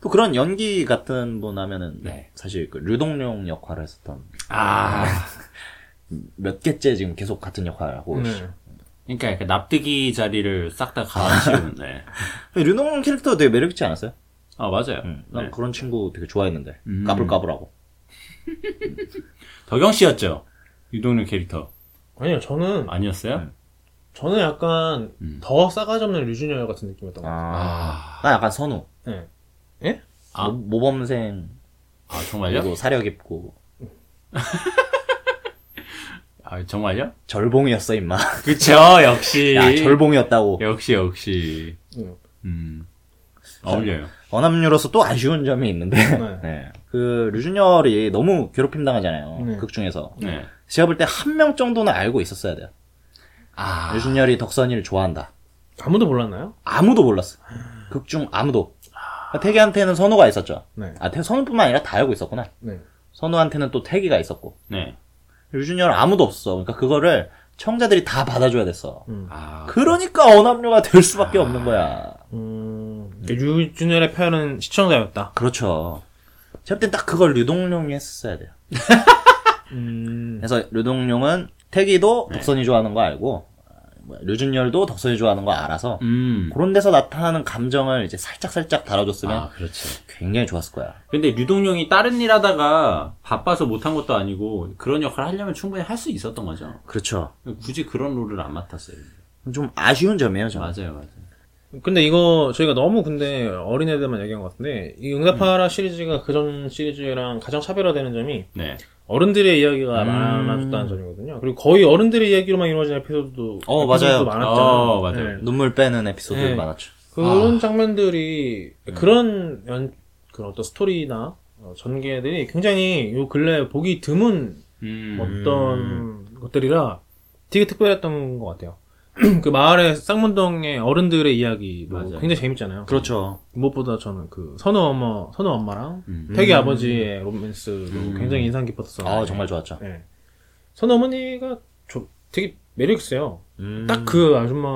또 그런 연기 같은 분 하면은, 네. 사실 그 류동룡 역할을 했었던 아 몇 개째 지금 계속 같은 역할을 하고 계시죠. 네. 그러니까 약간 납득이 자리를 싹 다 갈아치우는. 네. 근데 류동룡 캐릭터 되게 매력있지 않았어요? 아 맞아요. 응. 난 네. 그런 친구 되게 좋아했는데. 음. 까불까불하고. 덕영 씨였죠. 유동룡 캐릭터 아니요, 저는, 아니었어요? 음. 저는 약간 음. 더 싸가지 없는 류준열 같은 느낌이었던 것 같아요. 아, 아. 나 약간 선우. 네. 아. 모, 범생 아 정말요? 그리고 사력 있고. 아 정말요? 절봉이었어, 임마. 그쵸 역시. 야, 절봉이었다고. 역시 역시. 음. 음 어울려요. 원암류로서 또 아쉬운 점이 있는데. 네. 네. 그, 류준열이 너무 괴롭힘 당하잖아요. 네. 극 중에서. 네. 제가 볼 때 한 명 정도는 알고 있었어야 돼요. 아 류준열이 덕선이를 좋아한다. 아무도 몰랐나요? 아무도 몰랐어. 극 중 아무도. 태기한테는 선우가 있었죠. 네. 아, 태- 선우뿐만 아니라 다 알고 있었구나. 네. 선우한테는 또 태기가 있었고. 네. 류준열 아무도 없어. 그러니까 그거를 청자들이 다 받아줘야 아. 됐어. 음. 아 그러니까 언합류가 될 수밖에 없는 거야. 음, 그러니까 류준열의 표현은 시청자였다. 그렇죠. 제가 볼땐 딱 그걸 류동룡이 했었어야 돼요. 음, 그래서 류동룡은 태기도 덕선이 좋아하는 거 알고, 아, 뭐야, 류준열도 덕선이 좋아하는 거 알아서, 음. 그런 데서 나타나는 감정을 이제 살짝살짝 다뤄줬으면 아 그렇지. 굉장히 좋았을 거야. 근데 류동룡이 다른 일 하다가 바빠서 못한 것도 아니고 그런 역할을 하려면 충분히 할 수 있었던 거죠. 그렇죠. 굳이 그런 롤을 안 맡았어요. 좀 아쉬운 점이에요, 저는. 맞아요, 맞아요. 근데 이거 저희가 너무 근데 어린애들만 얘기한 것 같은데 이 응답하라 시리즈가 그전 시리즈랑 가장 차별화되는 점이 네. 어른들의 이야기가 음. 많아졌다는 점이거든요. 그리고 거의 어른들의 이야기로만 이루어진 에피소드도 어, 에피소드도 맞아요. 많았잖아요. 어, 맞아요. 아. 눈물 빼는 에피소드 네. 많았죠. 그런 장면들이 음. 그런 연, 그런 어떤 스토리나 어, 전개들이 굉장히 요 근래 보기 드문 음. 어떤 것들이라 되게 특별했던 것 같아요. 그 마을의 쌍문동의 어른들의 이야기도 맞아요. 굉장히 재밌잖아요. 그렇죠. 무엇보다 저는 그 선우 엄마, 선우 엄마랑 음. 태기 아버지의 로맨스도 음. 굉장히 인상 깊었어요. 아, 정말 좋았죠. 네. 선우 어머니가 조- 되게 매력 있어요. 음. 딱 그 아줌마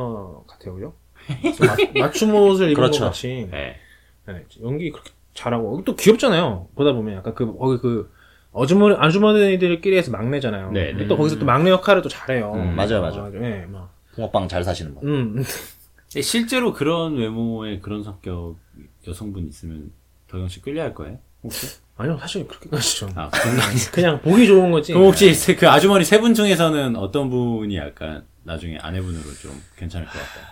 같아요, 그죠? 마- 맞춤 옷을 입은 그렇죠. 것 같이 네. 네, 연기 그렇게 잘하고 또 귀엽잖아요. 보다 보면 약간 그 거기 그 아주머니 아주머니들끼리에서 막내잖아요. 네, 네. 또 거기서 또 막내 역할을 또 잘해요. 음, 맞아요, 맞아요. 아, 네, 막. 붕어빵 잘 사시는 분. 음, 근데 실제로 그런 외모의 그런 성격 여성분 있으면 덕영 씨 끌려할 거예요? 혹시? 아니요, 사실 그렇게까지 좀 아, 그런 거 아니에요? 그냥 보기 좋은 거지. 그럼 혹시 그 아주머니 세 분 중에서는 어떤 분이 약간 나중에 아내분으로 좀 괜찮을 것 같아요?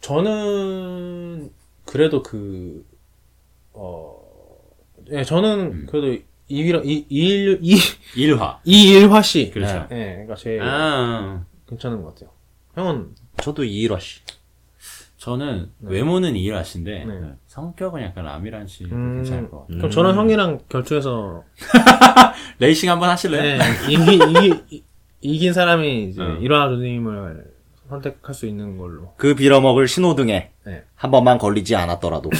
저는 그래도 그 어, 예, 저는 그래도 이일 이일 이 일화. 이일화 씨. 그렇죠. 예, 그러니까 제일 아. 괜찮은 것 같아요. 형은 저도 이일화 씨. 저는 외모는 이일화 씨인데 네. 성격은 약간 라미란 씨 음, 괜찮을 것 같아요. 그럼 저는 형이랑 결투해서 레이싱 한번 하실래요? 네, 이기, 이기, 이긴 사람이 이제 응. 일화 누님을 선택할 수 있는 걸로. 그 빌어먹을 신호등에 네. 한 번만 걸리지 않았더라도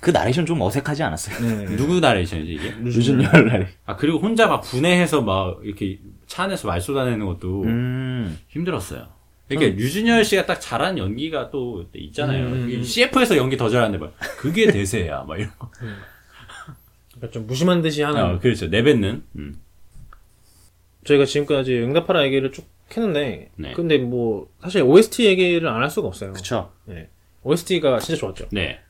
그 나레이션 좀 어색하지 않았어요? 음. 네. 누구 나레이션이지 이게? 유준열 나레이션 아 그리고 혼자 막 분해해서 막 이렇게 차 안에서 말 쏟아내는 것도 음. 힘들었어요. 그러니까 유준열 씨가 딱 잘한 연기가 또 있잖아요. 음. 이게 CF에서 연기 더 잘하는데 막 그게 대세야 막 이런 거. 그러니까 좀 무심한 듯이 하는. 어, 그렇죠. 내뱉는. 음. 저희가 지금까지 응답하라 얘기를 쭉 했는데, 네. 근데 뭐, 사실 OST 얘기를 안 할 수가 없어요. 그쵸. OST가 진짜 좋았죠. 네.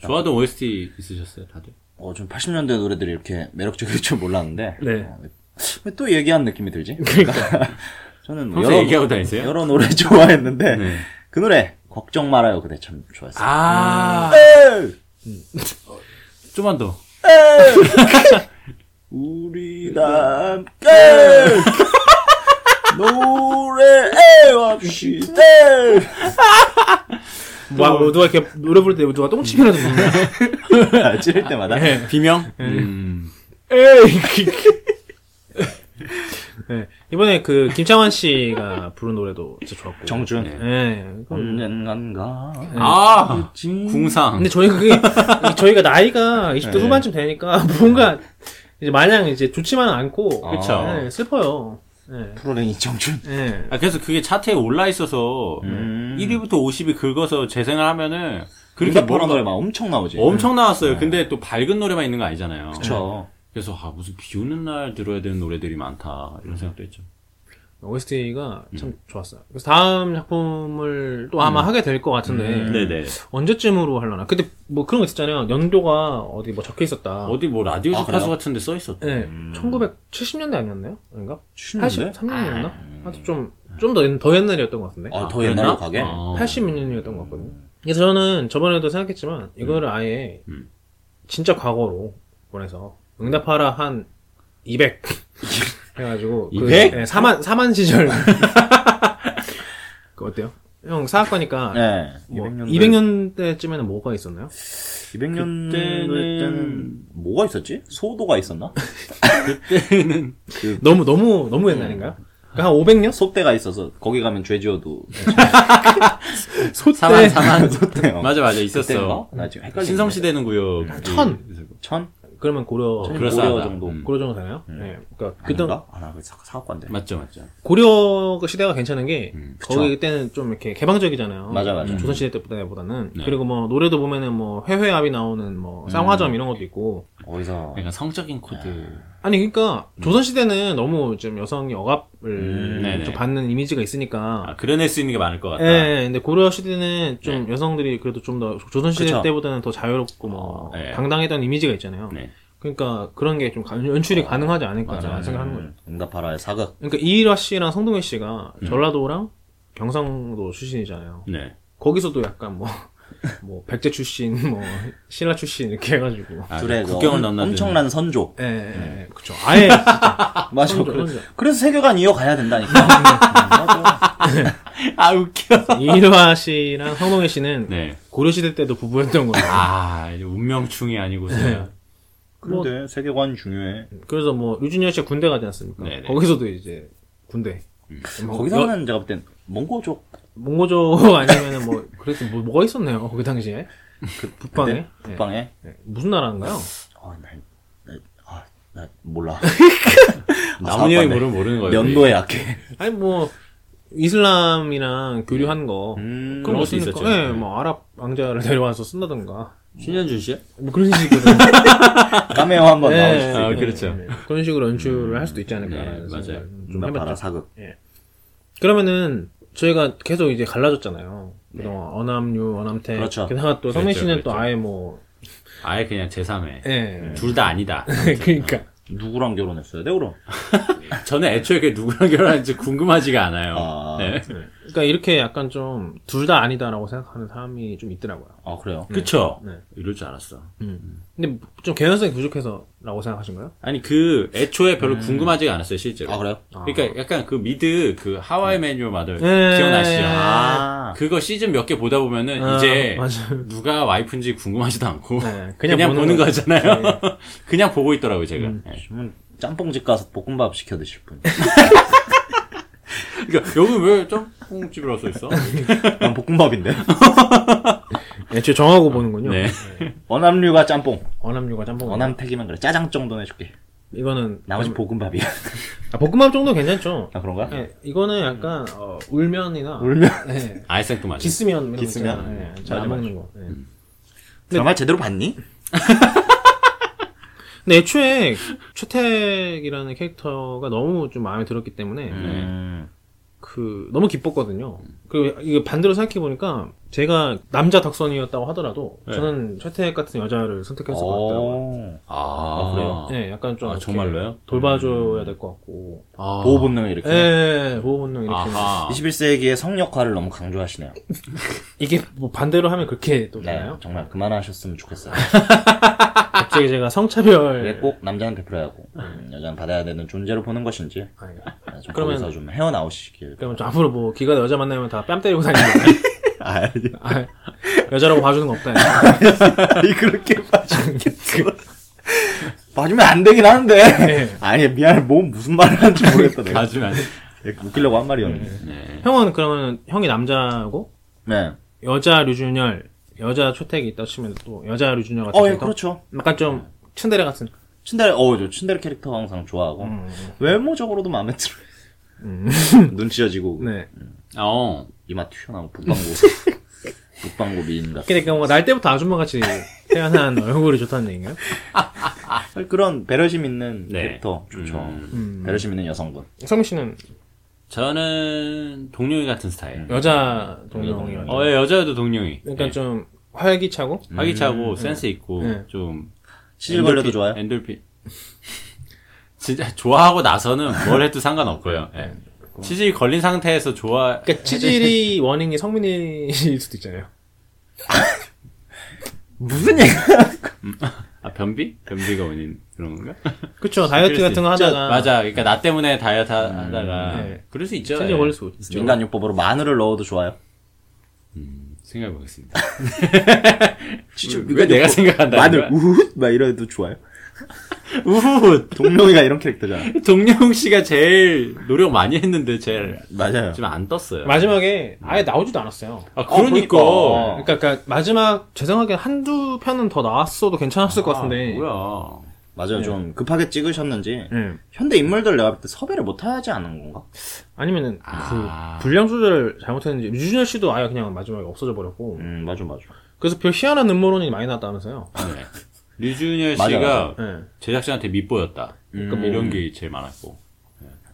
좋아하던 OST 있으셨어요, 다들? 어, 좀 80년대 노래들이 이렇게 매력적일 줄 몰랐는데 네. 왜 또 얘기한 느낌이 들지? 그러니까 저는 뭐 평소에 여러, 얘기하고 다니세요? 여러 노래 좋아했는데 네. 그 노래 걱정 말아요 네! 그대 참 좋았어요 아, 에이! 좀만 더. 우리 다 함께 노래해합시다 와, 뭐 누가 이렇게 노래 부를 때 누가 똥침이라도 부르네. 아, 찌를 때마다 네, 비명. 음. 에이. 그, 네. 이번에 그, 김창완 씨가 부른 노래도 진짜 좋았고. 정준 음. 네. 네. 언젠간가 아, 징. 궁상. 근데 저희 그게 저희가 나이가 20대 네. 후반쯤 되니까 뭔가 이제 마냥 이제 좋지만은 않고 아. 어. 그쵸. 아, 예, 슬퍼요. 예. 프로랭이 청춘. 예. 아, 그래서 그게 차트에 올라 있어서 음. 1위부터 50이 긁어서 재생을 하면은 그렇게 그렇게 파란 뭔가 네. 노래 막 엄청 나오지. 네. 엄청 나왔어요. 근데 또 밝은 노래만 있는 거 아니잖아요. 그쵸. 그래서 아 무슨 비 오는 날 들어야 되는 노래들이 많다 음. 이런 생각도 했죠. OST가 참 좋았어요. 그래서 다음 작품을 또 아마 하게 될 것 같은데 음. 음. 네네. 언제쯤으로 하려나? 근데 뭐 그런 거 있었잖아요. 연도가 어디 뭐 적혀 있었다. 어디 뭐 라디오 아, 주파수 그래요? 같은데 써 있었대. 예, 음. 1970년대 아니었나요? 아닌가? 추는데? 83년이었나? 하여튼 좀, 좀 더, 옛- 더 옛날이었던 것 같은데. 아, 더 그랬나? 옛날로 가게? 어. 86년이었던 것 같거든요. 그래서 저는 저번에도 생각했지만, 이거를 아예, 음. 진짜 과거로 보내서, 응답하라 한, 200. 해가지고, 그, 200? 예, 4만, 4만 시절. 그 어때요? 형, 사학과니까, 네. 뭐, 200년. 200년대쯤에는 뭐가 있었나요? 200년 그때는- 때는 뭐가 있었지? 소도가 있었나? 그때는 너무, 너무, 너무 옛날인가요? 음. 그러니까 한 500년? 속대가 있어서 거기 가면 죄지어도 사만 사만 소대요. 맞아 맞아 있었어. 네. 그때인가? 나 지금 헷갈리네. 신성시대는 구역 예. 천. 천? 그러면 고려, 음. 천 그럴싸하다. 고려 정도. 음. 고려 정도 되나요? 예. 그러니까, 그때, 아닌가? 아, 나그 사업관데. 맞죠 맞죠. 고려 그 시대가 괜찮은 게 음, 그쵸. 거기 그때는 좀 이렇게 개방적이잖아요. 맞아, 음. 맞아. 조선 시대 때보다는 네. 그리고 뭐 노래도 보면은 뭐 회회압이 나오는 음. 뭐 쌍화점 이런 것도 있고 어디서? 약간 성적인 코드. 아니 그러니까 음. 조선 시대는 너무 좀 여성이 억압을 네네. 좀 받는 이미지가 있으니까 아 그려낼 수 있는 게 많을 것 같다. 예, 네. 예, 근데 고려 시대는 좀 여성들이 그래도 좀 더 조선 시대 그쵸. 네. 때보다는 더 자유롭고 뭐 어, 예. 당당했던 이미지가 있잖아요. 네. 그러니까 그런 게 좀 연출이 가능하지 않을까 어, 맞아, 맞아. 생각하는 거죠. 음, 응답하라의 사극. 그러니까 이일화 씨랑 성동희 씨가 음. 전라도랑 경상도 출신이잖아요. 네. 거기서도 약간 뭐, 뭐, 백제 출신, 뭐, 신라 출신 이렇게 해가지고. 아, 둘의 그 국경을 엄- 넘나드는. 엄청난 선조. 예, 예, 예, 그쵸. 아예, 음. 맞아. 선조, 그래, 선조. 그래서 세계관 이어가야 된다니까. 음, 맞아. 아 웃겨. 이일화 씨랑 성동희 씨는 네. 고려시대 때도 부부였던 거예요. 아 이제 운명충이 아니고 네. 그냥 근데 세계관 중요해. 그래서 뭐, 유진열 씨가 군대 가지 않습니까? 네네. 거기서도 이제, 군대. 뭐, 여- 음. 거기서는 제가 볼 땐 몽고족 네. 몽고족 아니면은 뭐, 그래서 뭐, 뭐가 있었네요, 그 당시에. 북방에. 그때? 예. 북방에 예. 무슨 나라인가요? 아, 나, 나, 아, 나 몰라. 남은 형이 그러니까. 모르면 모르는 거예요. 연도에 약해. 아니, 뭐, 이슬람이랑 교류한 거. 음, 그런 것도 것도 있었죠. 있었죠. 예, 네. 뭐, 아랍 왕자를 데려와서 쓴다던가. 신현준 씨요? 뭐 그런 식으로. 까메오 한번 예, 나올 수도 예, 아, 예, 있고. 그렇죠. 예, 예. 그런 식으로 연출을 할 수도 있지 않을까라는 네, 생각을 맞아요. 좀 바라 해봤죠. 사극. 그러면은 저희가 계속 이제 갈라졌잖아요. 그동안 언암류, 언암태. 그렇죠. 게다가 또 성민 네. 그랬죠, 그렇죠. 씨는 또 그랬죠. 아예 뭐, 아예 그냥 제3회. 네. 예. 둘 다 아니다. 그러니까 누구랑 결혼했어요? 네, 그럼. 저는 애초에 그 누구랑 결혼하는지 궁금하지가 않아요. 아. 네. 그러니까 이렇게 약간 좀 둘 다 아니다라고 생각하는 사람이 좀 있더라고요. 아, 그래요? 그쵸? 네. 이럴 줄 알았어. 음. 근데 좀 개연성이 부족해서라고 생각하신가요? 아니, 그, 애초에 별로 궁금하지가 않았어요, 실제로. 아, 그래요? 그러니까 약간 그 미드, 그 하와이 메뉴 마들, 예. 기억나시죠? 아. 그거 시즌 몇 개 보다 보면은 이제 아, 맞아요. 누가 와이프인지 궁금하지도 않고 네, 그냥, 그냥 보는, 보는 거- 거잖아요. 그냥 보고 있더라고요, 제가. 음. 네. 지금은 짬뽕집 가서 볶음밥 시켜 드실 분. 그러니까 여기 왜 짬뽕집이라고 써있어? 난 볶음밥인데. 애초에 예, 정하고 보는군요. 예. 네. 어남류가 짬뽕. 언암류가 짬뽕. 어남태기만 그래. 짜장 정도는 해줄게. 이거는 나머지 볶음밥이야. 아, 볶음밥 정도 괜찮죠. 아, 그런가? 예, 이거는 약간 어, 울면이나 울면. 예, 아이스크림 맞아. 기스면 이런 거 기스면? 있잖아요. 예, 잘안 맞아, 먹는 거. 예. 드라마 제대로 봤니? 근데 애초에 최택이라는 캐릭터가 너무 좀 마음에 들었기 때문에 음. 그 너무 기뻤거든요. 그리고 이게 반대로 생각해 보니까 제가 남자 덕선이었다고 하더라도 네. 저는 최택 같은 여자를 선택했을 어. 것 같더라고요. 오. 아, 그래요? 예, 약간 좀 아, 이렇게 정말로요? 돌봐줘야 될 것 같고. 아. 보호 본능을 이렇게. 예, 보호 본능 이렇게. 아하. 21세기의 성 역할을 너무 강조하시네요. 이게 뭐 반대로 하면 그렇게 또 네, 되나요? 정말 그만하셨으면 좋겠어요. 갑자기 제가 성차별 예, 이게 꼭 남자는 베풀어야 하고 음, 여자는 받아야 되는 존재로 보는 것인지 아니, 네, 좀 그러면- 거기서 좀 헤어나오시길. 그러면 좀 앞으로 뭐 기가 여자 만나면 다 뺨 때리고 다니는 거야. 아, 아, 여자라고 봐주는 거 없다. 아니 그렇게 봐주겠어. 봐주면 안 되긴 하는데. 네. 아니 미안해, 뭐 무슨 말을 하는지 모르겠다. 내가 가주면. 웃기려고 한 말이었는데. 네. 형은 그러면 형이 남자고 네. 여자 류준열, 여자 초택이 있다 치면 또 여자 류준열 같은 어, 예, 캐릭터? 그렇죠. 네. 약간 좀 츤데레 같은. 츤데레, 어, 저 츤데레 캐릭터 항상 음, 좋아하고. 외모적으로도 마음에 들어요. 눈 찢어지고, 네. 어. 이마 튀어나오고, 북방고. 북방고 미인 같은. 그러니까 뭔가 날 때부터 아줌마같이 태어난 얼굴이 좋다는 얘기인가요? 그런 배려심 있는 네. 캐릭터 좋죠. 음. 음. 배려심 있는 여성분. 성민 씨는 저는 동룡이 같은 스타일. 여자 동료이요. 어, 예, 여자여도 동룡이. 그러니까 예. 음. 좀 활기차고 활기차고 센스 있고 네. 좀 시질 걸려도 엔돌핀- 네. 좋아요? 엔돌핀. 진짜 좋아하고 나서는 뭘 해도 상관없고요. 예. 음, 치질 걸린 상태에서 좋아 그러니까 치질이 원인이 성민이일 수도 있잖아요. 무슨 얘기? 아 변비? 변비가 원인 그런 건가? 그쵸 다이어트 그럴 수 같은 거 있죠. 하다가 맞아. 그러니까 나 때문에 다이어트 하- 하다가 네. 그럴 수 있죠. 치질 예. 걸릴 수 있죠. 민간요법으로 마늘을 넣어도 좋아요. 생각해 보겠습니다. 아, 진짜 왜 내가 생각한다. 음. 뭐, 마늘 우훗 막 이래도 좋아요. 우후 동룡이가 이런 캐릭터잖아. 동룡 씨가 제일 노력 많이 했는데 제일 맞아요. 지금 안 떴어요. 음. 마지막에 아예 나오지도 않았어요. 아 그러니까. 어, 그러니까, 그러니까 마지막 죄송하게 한두 편은 더 나왔어도 괜찮았을 것 같은데. 아, 뭐야. 맞아요. 네. 좀 급하게 찍으셨는지 예. 현대 인물들 내가 볼때 섭외를 못 하지 않은 건가? 아니면은 아. 그 분량 조절을 잘못했는지 유준열 씨도 아예 그냥 마지막에 없어져 버렸고. 음 맞아 맞아. 그래서 별 희한한 음모론이 많이 나왔다면서요. 네. 류준열 맞아, 씨가 예. 제작진한테 밑보였다. 그러니까 음. 이런 게 제일 많았고.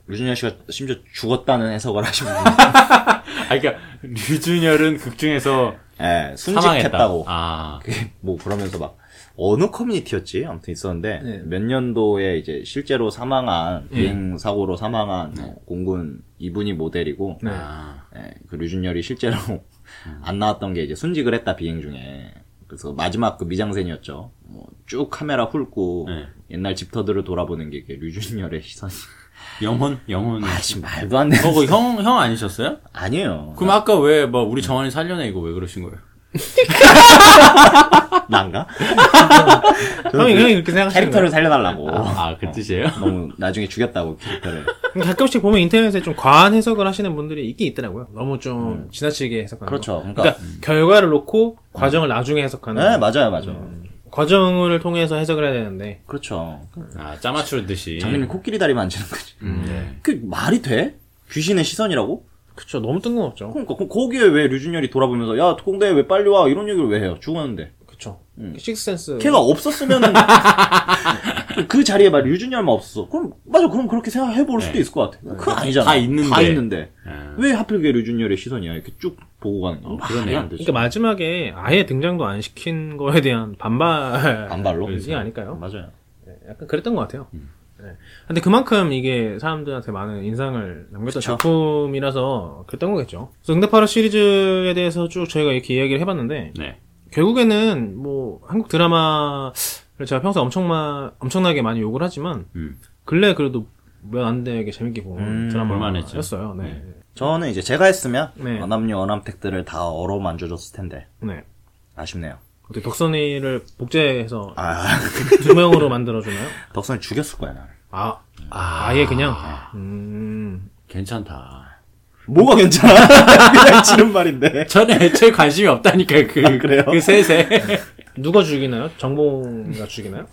류준현 씨가 심지어 죽었다는 해석을 하시고 아, 그러니까 류준열은 극 중에서 예, 사망했다. 순직했다고 아, 뭐 그러면서 막 어느 커뮤니티였지 아무튼 있었는데 네. 몇 년도에 이제 실제로 사망한 비행 사고로 사망한 어, 공군 이분이 모델이고 네. 아, 예, 그 류준열이 실제로 안 나왔던 게 이제 순직을 했다 비행 중에 그래서 마지막 그 미장센이었죠. 뭐 쭉 카메라 훑고 네. 옛날 집터들을 돌아보는 게 이게 류준열의 시선이 영혼, 영혼. 아 지금 말도 안 되는 어, 그 형, 형 아니셨어요? 아니에요. 그럼 아까 왜, 뭐, 우리 정환이 살려내, 이거 왜 그러신 거예요? 난가? 형이 형이 그렇게 생각하시는 거예요. 캐릭터를 살려달라고. 어. 아, 그 뜻이에요? 너무 나중에 죽였다고 캐릭터를. 가끔씩 보면 인터넷에 좀 과한 해석을 하시는 분들이 있긴 있더라고요. 너무 좀 지나치게 해석하는 거. 그렇죠. 그러니까, 그러니까 결과를 놓고 과정을 나중에 해석하는 네 맞아요 맞아. 과정을 통해서 해석을 해야 되는데 그렇죠. 아, 짜맞추듯이. 장님이 코끼리 다리 만지는 거지. 음, 네. 그 말이 돼? 귀신의 시선이라고? 그쵸 너무 뜬금없죠. 그러니까 그럼 거기에 왜 류준열이 돌아보면서 야 공대 왜 빨리 와 이런 얘기를 왜 해요? 죽었는데. 그쵸 뭐 음. 식스센스 걔가 없었으면은 그 자리에 말 유준열만 없었어. 그럼 맞아. 그럼 그렇게 생각해 볼 수도 네. 있을 것 같아. 그거 아니잖아. 다 있는데. 다 있는데. 네. 아, 왜 하필 걔 류준열의 시선이야? 이렇게 쭉 보고 가는 거. 어, 그러네요. 말이 안 되지. 그러니까 마지막에 아예 등장도 안 시킨 거에 대한 반발이 반발로. 그래서. 아닐까요? 맞아요. 약간 그랬던 것 같아요. 음. 네. 근데 그만큼 이게 사람들한테 많은 인상을 남겼던 작품이라서 그랬던 거겠죠. 그래서 응답하라 시리즈에 대해서 쭉 저희가 이렇게 이야기를 해봤는데 네. 결국에는 뭐 한국 드라마를 제가 평소 엄청 마, 엄청나게 많이 욕을 하지만 음. 근래 그래도 몇 안 되게 재밌게 본 음, 드라마였어요. 네. 저는 이제 제가 했으면 네. 어남녀 어남택들을 다 얼어 만져줬을 텐데 네. 아쉽네요. 어떻게 덕선이를 복제해서 아 두 명으로 만들어주나요? 덕선이 죽였을 거야. 나는. 아, 아예 그냥. 음. 괜찮다. 뭐가 괜찮아? 그냥 지는 말인데. 저는 애초에 관심이 없다니까요, 그, 그래요? 그 셋에. 누가 죽이나요? 정봉가 죽이나요?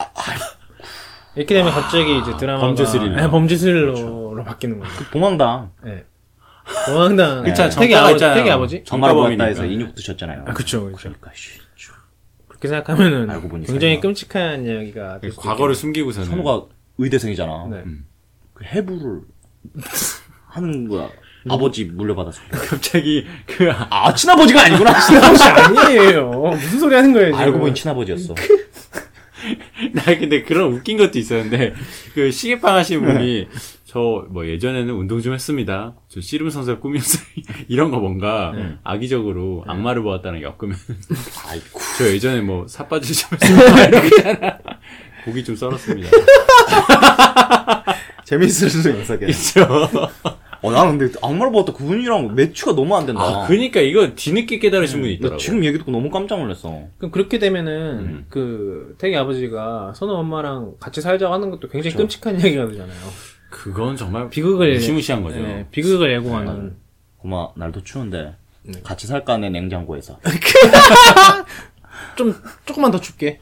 이렇게 되면 갑자기 이제 드라마가 아, 범죄 스릴러. 네, 범죄 스릴러로 바뀌는 거죠. 그 봉황당. 예. 공항당 그쵸, 태기 정가가 아버지, 있잖아요. 태기 아버지. 정말 정가범이니까. 보았다에서 인육 드셨잖아요. 아, 그쵸, 그쵸. 그러니까 씨, 그렇게 생각하면은 알고 보니 굉장히 설마. 끔찍한 이야기가 될 수도 과거를 음. 숨기고서는. 선우가 의대생이잖아. 있겠네요. 네. 그 해부를 하는 거야. 아버지 물려받아서. 갑자기, 그, 아, 친아버지가 아니구나. 혹시 아니에요. 무슨 소리 하는 거예요, 지금. 알고 보니 친아버지였어. 나 근데 그런 웃긴 것도 있었는데 그 시계빵 하신 분이 저 뭐 예전에는 운동 좀 했습니다. 저 씨름 선수의 꿈이었어요. 이런 거 뭔가 악의적으로 악마를 보았다는 게 엮으면 아이고. 저 예전에 뭐 삿바질 좀 했습니다. 이러잖아. 고기 좀 썰었습니다. 재밌을 수 있었겠네. 그렇죠. 어, 나는 근데 악마를 보았다 그분이랑 매치가 너무 안 된다. 아, 그니까 이거 뒤늦게 깨달으신 분이 나 있더라고. 지금 얘기 듣고 너무 깜짝 놀랐어. 그럼 그렇게 되면은 음. 그 태기 아버지가 선우 엄마랑 같이 살자고 하는 것도 굉장히 그쵸. 끔찍한 이야기가 되잖아요. 그건 정말 비극을 무시무시한 거죠. 네, 비극을 예고하는 고마, 날도 추운데 네. 같이 살까 내 냉장고에서. 좀 조금만 더 춥게.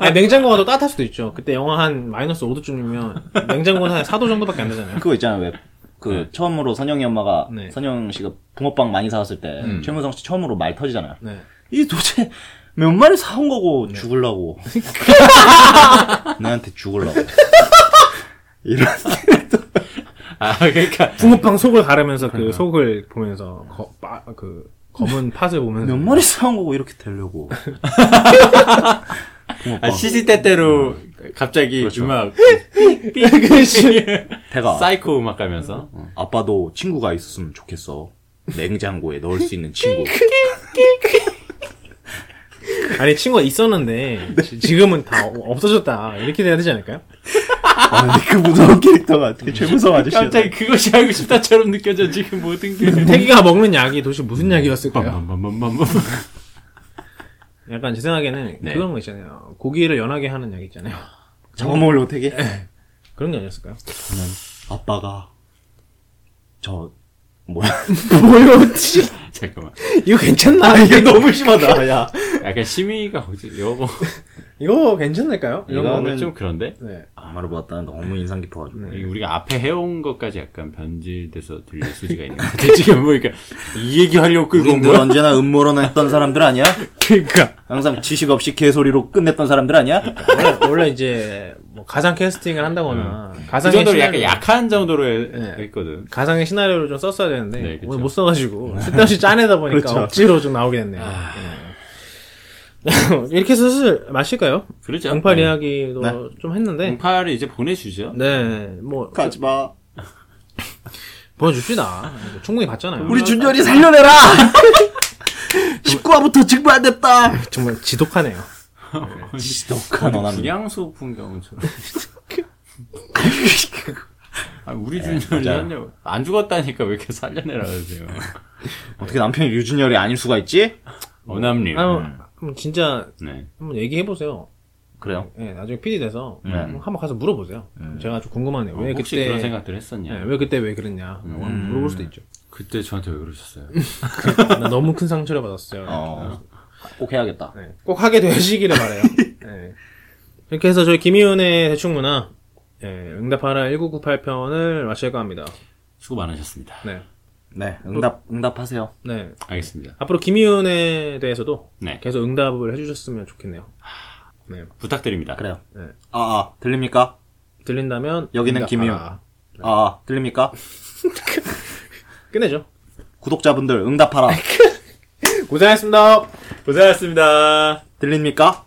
아니, 냉장고가 더 따뜻할 수도 있죠. 그때 영하 한 마이너스 5도쯤이면 냉장고는 한 4도 정도밖에 안 되잖아요. 그거 있잖아요. 왜, 그, 처음으로 선영이 엄마가, 네. 선영 씨가 붕어빵 많이 사왔을 때, 음. 최문성 씨 처음으로 말 터지잖아요. 네. 이 도대체 몇 마리 사온 거고, 죽을라고. 나한테 죽을라고. 이런. 아, 그러니까 붕어빵 속을 가르면서 그 속을 보면서 거, 빠, 그 검은 팥을 보면서 몇 마리 사온 거고, 이렇게 되려고. 아, 붕어빵. 시시때때로 갑자기 음악 태가. 사이코 음악 가면서 어. 아빠도 친구가 있었으면 좋겠어. 냉장고에 넣을 수 있는 친구. 아니 친구가 있었는데 지- 지금은 다 어- 없어졌다 이렇게 돼야 되지 않을까요? 아, 근데 그 무서운 캐릭터가 어떻게 최무성 아저씨야. 갑자기 그것이 하고 싶다처럼 느껴져 지금 모든 게 태기가 먹는 약이 도대체 무슨 약이었을까요? 빰빰빰빰빰. 약간 제 생각에는 네. 그런 거 있잖아요. 고기를 연하게 하는 약 있잖아요. 잡아먹으려고 되게. 그런 게 아니었을까요? 아빠가 저 뭐야? 뭐였지? 잠깐만 이거 괜찮나? 아, 이게 너무 심하다. 야. 약간 심의가 어디 여보 이거 괜찮을까요? 이런 이거는- 거는 이거는 좀 그런데 네. 아마로 봤다. 너무 인상 깊어가지고. 네. 이 우리가 앞에 해온 것까지 약간 변질돼서 들릴 소지가 있는 것 같아 지금 보니까 이 얘기 하려고 끌고 온 우리들 거야 언제나 음모론 했던 사람들 아니야? 그러니까 항상 지식 없이 개소리로 끝냈던 사람들 아니야? 원래, 원래 이제 뭐 가상 캐스팅을 한다거나 그 가상의 정도로 시나리오, 약간 약한 정도로 해- 네. 했거든 가상의 시나리오를 좀 썼어야 되는데 네, 그쵸. 오늘 못 써가지고 쓸데없이 짜내다 보니까 그렇죠. 억지로 좀 나오게 됐네요. 아. 예. 이렇게 슬슬 마실까요? 그렇죠 응팔 네. 이야기도 좀 했는데 응팔을 이제 보내주죠 네, 뭐 마. 보여줍시다. 충분히 봤잖아요. 우리 준열이 살려내라! 19화부터 직부 안 됐다! 정말 지독하네요. 음. 지독한 어남이. 불량소 풍경처럼 아, 우리 네, 준열이 맞아요. 살려 안 죽었다니까 왜 이렇게 살려내라 그러세요 어떻게 남편이 류준열이 아닐 수가 있지? 어남님 한번, 한번 진짜 네. 한번 얘기해 보세요. 그래요. 예, 나중에 PD 돼서 네. 한번 가서 물어보세요. 제가 아주 궁금하네요. 왜 음. 어, 혹시 그때 그런 생각들 했었냐 예, 왜 그때 왜 그랬냐 한번 물어볼 수도 있죠. 그때 저한테 왜 그러셨어요 나 너무 큰 상처를 받았어요. 어. 꼭 해야겠다. 네, 꼭 하게 되시기를 바래요. 네. 이렇게 해서 저희 김희은의 대충 문화 예, 응답하라 1998편을 마칠까 합니다. 수고 많으셨습니다 네, 네. 응답 응답하세요. 네. 알겠습니다 앞으로 김희은에 대해서도 네 계속 응답을 해주셨으면 좋겠네요. 네. 부탁드립니다 그래요. 네. 아, 아 들립니까? 들린다면 여기는 응답하라. 김희은. 아, 들립니까? 끝내죠. 구독자분들 응답하라. 고생하셨습니다. 고생하셨습니다 들립니까?